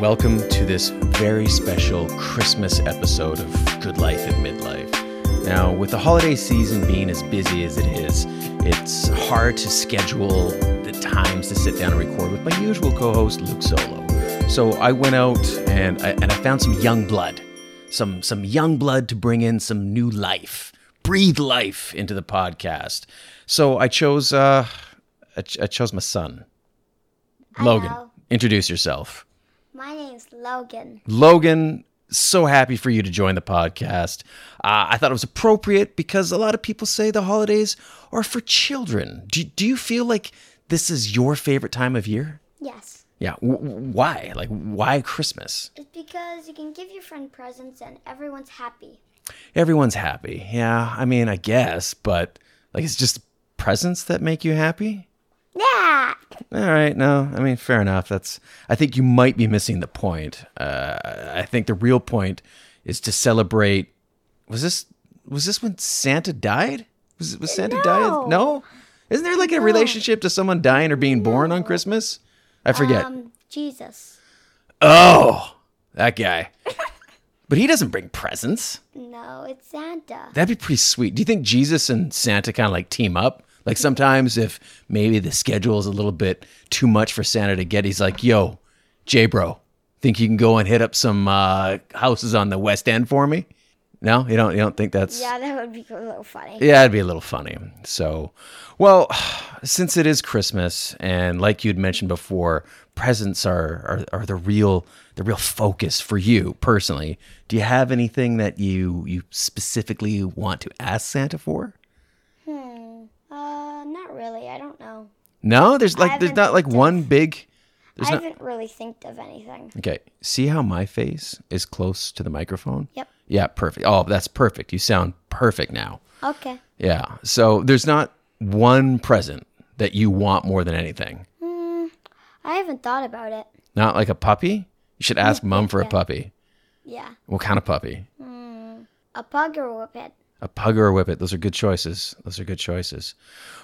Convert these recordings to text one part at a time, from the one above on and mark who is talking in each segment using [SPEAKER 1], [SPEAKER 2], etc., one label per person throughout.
[SPEAKER 1] Welcome to this very special Christmas episode of Good Life at Midlife. Now, with the holiday season being as busy as it is, it's hard to schedule the times to sit down and record with my usual co host, Luke Solo. So I went out and I, and I found some young blood, some, some young blood to bring in some new life, breathe life into the podcast. So I chose, uh, I, ch- I chose my son, Logan.
[SPEAKER 2] Hello.
[SPEAKER 1] Introduce yourself.
[SPEAKER 2] My name's Logan.
[SPEAKER 1] Logan, so happy for you to join the podcast. Uh, I thought it was appropriate because a lot of people say the holidays are for children. Do, do you feel like this is your favorite time of year?
[SPEAKER 2] Yes.
[SPEAKER 1] Yeah. W- w- why? Like, why Christmas?
[SPEAKER 2] It's because you can give your friend presents and everyone's happy.
[SPEAKER 1] Everyone's happy. Yeah. I mean, I guess, but like, it's just presents that make you happy.
[SPEAKER 2] Yeah.
[SPEAKER 1] All right, no, I mean, fair enough. That's. I think you might be missing the point. Uh, I think the real point is to celebrate. Was this was this when Santa died? Was was Santa died? No, isn't there like a relationship to someone dying or being born on Christmas? I forget.
[SPEAKER 2] Um, Jesus.
[SPEAKER 1] oh, that guy. but he doesn't bring presents.
[SPEAKER 2] No, it's Santa.
[SPEAKER 1] That'd be pretty sweet. Do you think Jesus and Santa kind of like team up? Like sometimes if maybe the schedule is a little bit too much for Santa to get, he's like, "Yo, J bro, think you can go and hit up some uh, houses on the West End for me?" No, you don't. You don't think that's
[SPEAKER 2] Yeah, that would be a little funny.
[SPEAKER 1] yeah, it'd be a little funny. So, well, since it is Christmas, and like you'd mentioned before, presents are, are are the real the real focus for you personally. Do you have anything that you you specifically want to ask Santa for?
[SPEAKER 2] Uh, not really. I don't know.
[SPEAKER 1] No, there's like there's
[SPEAKER 2] haven't
[SPEAKER 1] not like one big.
[SPEAKER 2] I haven't really think of anything.
[SPEAKER 1] Okay, see how my face is close to the microphone?
[SPEAKER 2] Yep.
[SPEAKER 1] Yeah, perfect. Oh, that's perfect. You sound perfect now.
[SPEAKER 2] Okay.
[SPEAKER 1] Yeah. So there's not one present that you want more than anything.
[SPEAKER 2] I haven't thought about it.
[SPEAKER 1] Not like a puppy? You should ask mom for a puppy.
[SPEAKER 2] Yeah.
[SPEAKER 1] What kind of puppy?
[SPEAKER 2] A pug or a whippet.
[SPEAKER 1] A pug or a whippet? Those are good choices. Those are good choices.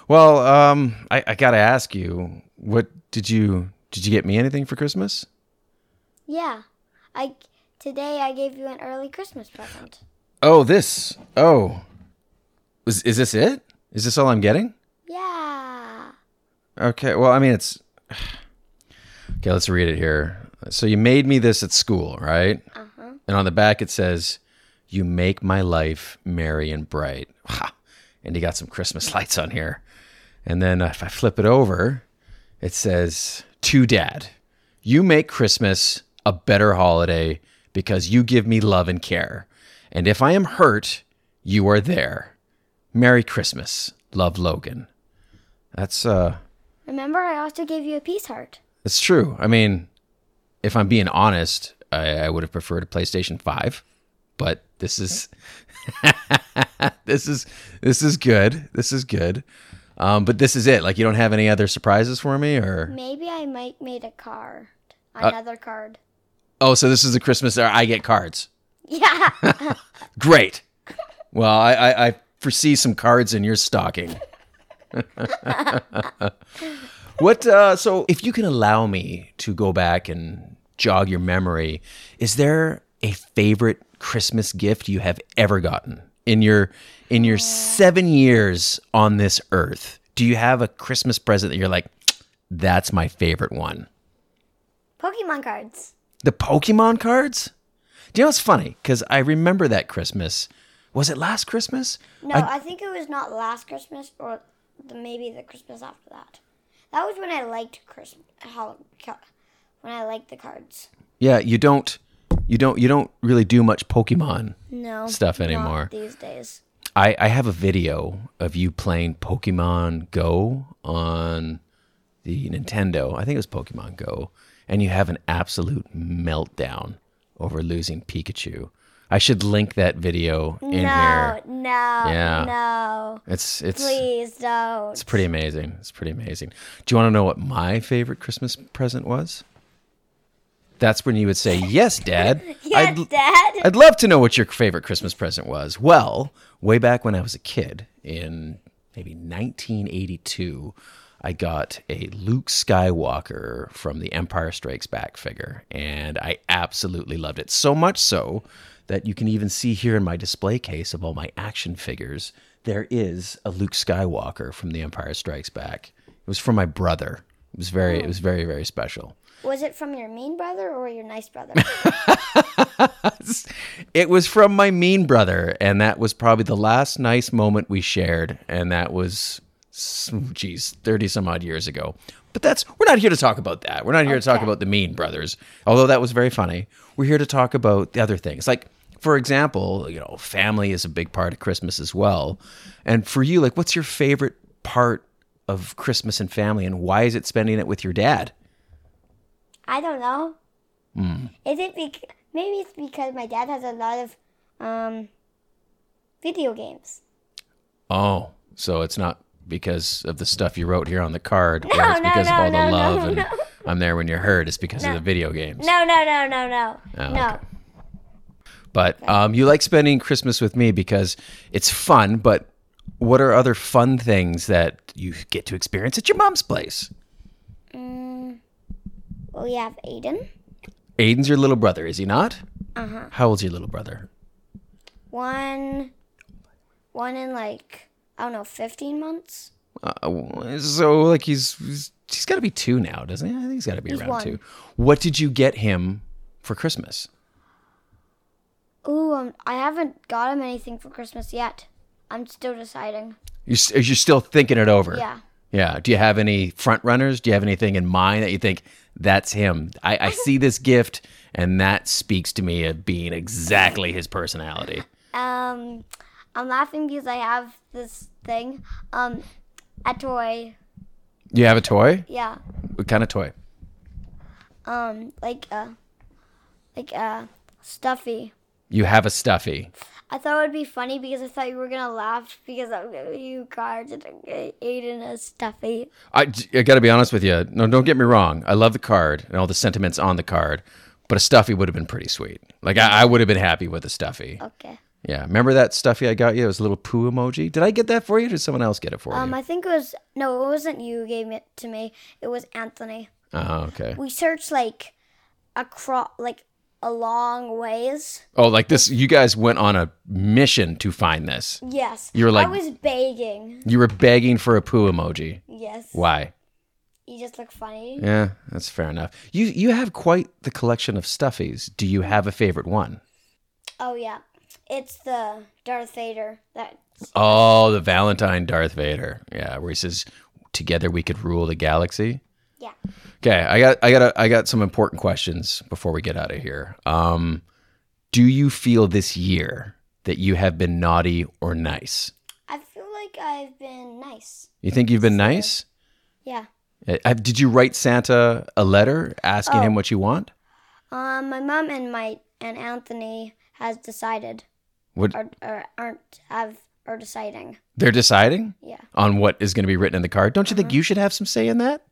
[SPEAKER 1] Well, um, I, I gotta ask you, what did you did you get me anything for Christmas?
[SPEAKER 2] Yeah. I today I gave you an early Christmas present.
[SPEAKER 1] Oh, this. Oh, is is this it? Is this all I'm getting?
[SPEAKER 2] Yeah.
[SPEAKER 1] Okay. Well, I mean, it's okay. Let's read it here. So you made me this at school, right? Uh-huh. And on the back it says, "You make my life merry and bright." Ha! And you got some Christmas lights on here. And then uh, if I flip it over, it says, "To Dad, you make Christmas a better holiday because you give me love and care. And if I am hurt, you are there. Merry Christmas, love Logan." That's uh.
[SPEAKER 2] Remember, I also gave you a peace heart.
[SPEAKER 1] It's true. I mean, if I'm being honest, I, I would have preferred a PlayStation Five, but this is this is this is good. This is good. Um, but this is it. Like, you don't have any other surprises for me, or
[SPEAKER 2] Maybe I might made a card. Another card.
[SPEAKER 1] oh, so this is the Christmas where I get cards.
[SPEAKER 2] Yeah.
[SPEAKER 1] Great. Well, I, I, I foresee some cards in your stocking. what? Uh, so, if you can allow me to go back and jog your memory, is there a favorite Christmas gift you have ever gotten in your in your seven years on this earth? Do you have a Christmas present that you're like, that's my favorite one?
[SPEAKER 2] Pokemon cards.
[SPEAKER 1] The Pokemon cards? Do you know what's funny? Because I remember that Christmas. Was it last Christmas?
[SPEAKER 2] No, I, think it was not last Christmas or the, maybe the Christmas after that. That was when I liked Christmas. When I liked the cards.
[SPEAKER 1] Yeah, you don't you don't you don't really do much Pokemon.
[SPEAKER 2] No.
[SPEAKER 1] Stuff
[SPEAKER 2] not
[SPEAKER 1] anymore.
[SPEAKER 2] these days.
[SPEAKER 1] I, I have a video of you playing Pokemon Go on the Nintendo. I think it was Pokemon Go, and you have an absolute meltdown over losing Pikachu. I should link that video in
[SPEAKER 2] no,
[SPEAKER 1] here.
[SPEAKER 2] Oh, no,
[SPEAKER 1] Yeah.
[SPEAKER 2] no.
[SPEAKER 1] It's it's
[SPEAKER 2] Please don't.
[SPEAKER 1] it's pretty amazing. It's pretty amazing. Do you want to know what my favorite Christmas present was? That's when you would say, "Yes, Dad."
[SPEAKER 2] yeah,
[SPEAKER 1] I'd,
[SPEAKER 2] Dad.
[SPEAKER 1] I'd love to know what your favorite Christmas present was. Well, way back when I was a kid, in maybe 1982, I got a Luke Skywalker from The Empire Strikes Back figure, and I absolutely loved it. So much so that you can even see here in my display case of all my action figures, there is a Luke Skywalker from The Empire Strikes Back. It was from my brother. It was very, it was very, very special.
[SPEAKER 2] Was it from your mean brother or your nice brother?
[SPEAKER 1] It was from my mean brother, and that was probably the last nice moment we shared, and that was, s- geez, thirty some odd years ago. But that's we're not here to talk about that. We're not here to talk about the mean brothers, although that was very funny. We're here to talk about the other things, like for example, you know, family is a big part of Christmas as well. And for you, like, what's your favorite part of Christmas and family, and why is it spending it with your dad?
[SPEAKER 2] I don't know.
[SPEAKER 1] Hmm.
[SPEAKER 2] Is it bec- maybe it's because my dad has a lot of um, video games.
[SPEAKER 1] Oh, so it's not because of the stuff you wrote here on the card,
[SPEAKER 2] No,
[SPEAKER 1] where it's
[SPEAKER 2] no,
[SPEAKER 1] because of
[SPEAKER 2] no,
[SPEAKER 1] all the
[SPEAKER 2] no, no,
[SPEAKER 1] love and
[SPEAKER 2] no.
[SPEAKER 1] I'm there when you're hurt. It's because of the video games.
[SPEAKER 2] No, no, no, no, no,
[SPEAKER 1] Oh,
[SPEAKER 2] no.
[SPEAKER 1] okay. But um, you like spending Christmas with me because it's fun. But what are other fun things that you get to experience at your mom's place?
[SPEAKER 2] Well, we have Aiden,
[SPEAKER 1] Aiden's your little brother, is he not? Uh-huh. How old's your little brother?
[SPEAKER 2] one, one in like I don't know, fifteen months.
[SPEAKER 1] Uh, so like he's he's, he's got to be two now, doesn't he? I think he's got to be around
[SPEAKER 2] one.
[SPEAKER 1] two. What did you get him for Christmas?
[SPEAKER 2] Ooh, um, I haven't got him anything for Christmas yet. I'm still deciding.
[SPEAKER 1] You s- you're still thinking it over.
[SPEAKER 2] Yeah.
[SPEAKER 1] Yeah. Do you have any front runners? Do you have anything in mind that you think that's him? I, I see this gift, and that speaks to me of being exactly his personality.
[SPEAKER 2] Um, I'm laughing because I have this thing, um, a toy.
[SPEAKER 1] You have a toy?
[SPEAKER 2] Yeah.
[SPEAKER 1] What kind of toy?
[SPEAKER 2] um like uh like uh stuffy
[SPEAKER 1] You have a stuffy.
[SPEAKER 2] i thought it would be funny because i thought you were gonna laugh because I, you carded aiden as stuffy
[SPEAKER 1] I, I got to be honest with you. No, don't get me wrong. I love the card and all the sentiments on the card, but a stuffy would have been pretty sweet. Like I, I would have been happy with a stuffy.
[SPEAKER 2] okay
[SPEAKER 1] Yeah. Remember that stuffy I got you? It was a little poo emoji. Did I get that for you? Or did someone else get it for
[SPEAKER 2] um
[SPEAKER 1] you?
[SPEAKER 2] i think it was no it wasn't you who gave it to me it was anthony
[SPEAKER 1] Oh, okay.
[SPEAKER 2] we searched like across like a long ways
[SPEAKER 1] Oh, like this, you guys went on a mission to find this.
[SPEAKER 2] yes
[SPEAKER 1] You were like-
[SPEAKER 2] i was begging
[SPEAKER 1] You were begging for a poo emoji.
[SPEAKER 2] yes
[SPEAKER 1] Why?
[SPEAKER 2] you just look funny
[SPEAKER 1] Yeah, that's fair enough. You you have quite the collection of stuffies. Do you have a favorite one?
[SPEAKER 2] oh yeah it's the darth vader that
[SPEAKER 1] Oh, the Valentine Darth Vader. Yeah, where he says, "Together we could rule the galaxy."
[SPEAKER 2] yeah
[SPEAKER 1] Okay, I got I got a, I got some important questions before we get out of here. Um, do you feel this year that you have been naughty or nice?
[SPEAKER 2] i feel like i've been nice
[SPEAKER 1] You think you've been nice?
[SPEAKER 2] Yeah.
[SPEAKER 1] Uh, uh, Did you write Santa a letter asking him what you want?
[SPEAKER 2] Um, my mom and my and Anthony has decided
[SPEAKER 1] What
[SPEAKER 2] or, or aren't have are deciding.
[SPEAKER 1] they're deciding
[SPEAKER 2] Yeah.
[SPEAKER 1] on what is going to be written in the card? Don't you think you should have some say in that?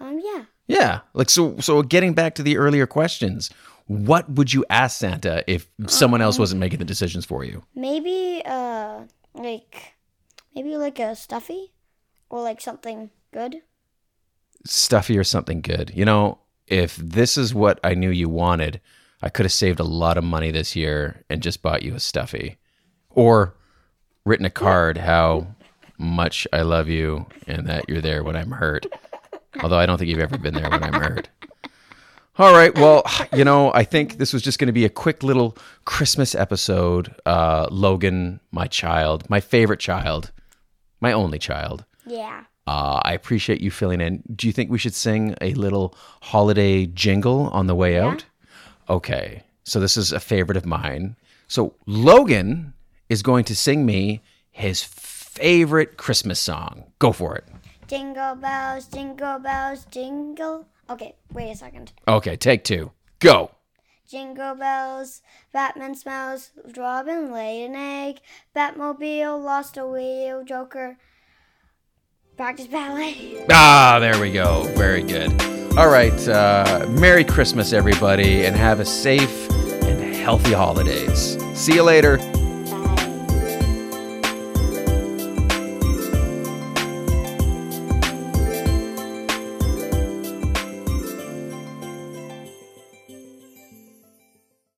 [SPEAKER 2] Um. Yeah.
[SPEAKER 1] Yeah. Like so. So getting back to the earlier questions, what would you ask Santa if someone else wasn't making the decisions for you?
[SPEAKER 2] Maybe uh like maybe like a stuffy or like something good.
[SPEAKER 1] Stuffy or something good. You know, if this is what I knew you wanted, I could have saved a lot of money this year and just bought you a stuffy, or written a card how much I love you and that you're there when I'm hurt. Although I don't think you've ever been there when I'm hurt. All right. Well, you know, I think this was just going to be a quick little Christmas episode. Uh, Logan, my child, my favorite child, my only child.
[SPEAKER 2] Yeah.
[SPEAKER 1] Uh, I appreciate you filling in. Do you think we should sing a little holiday jingle on the way out? Okay. So this is a favorite of mine. So Logan is going to sing me his favorite Christmas song. Go for it.
[SPEAKER 2] Jingle bells, jingle bells, jingle. Okay. Wait a second.
[SPEAKER 1] Okay, take two. Go.
[SPEAKER 2] Jingle bells, Batman smells, Robin laid an egg, Batmobile lost a wheel, Joker practice ballet.
[SPEAKER 1] Ah, there we go. Very good. All right. Uh, Merry Christmas, everybody, and have a safe and healthy holidays. See you later.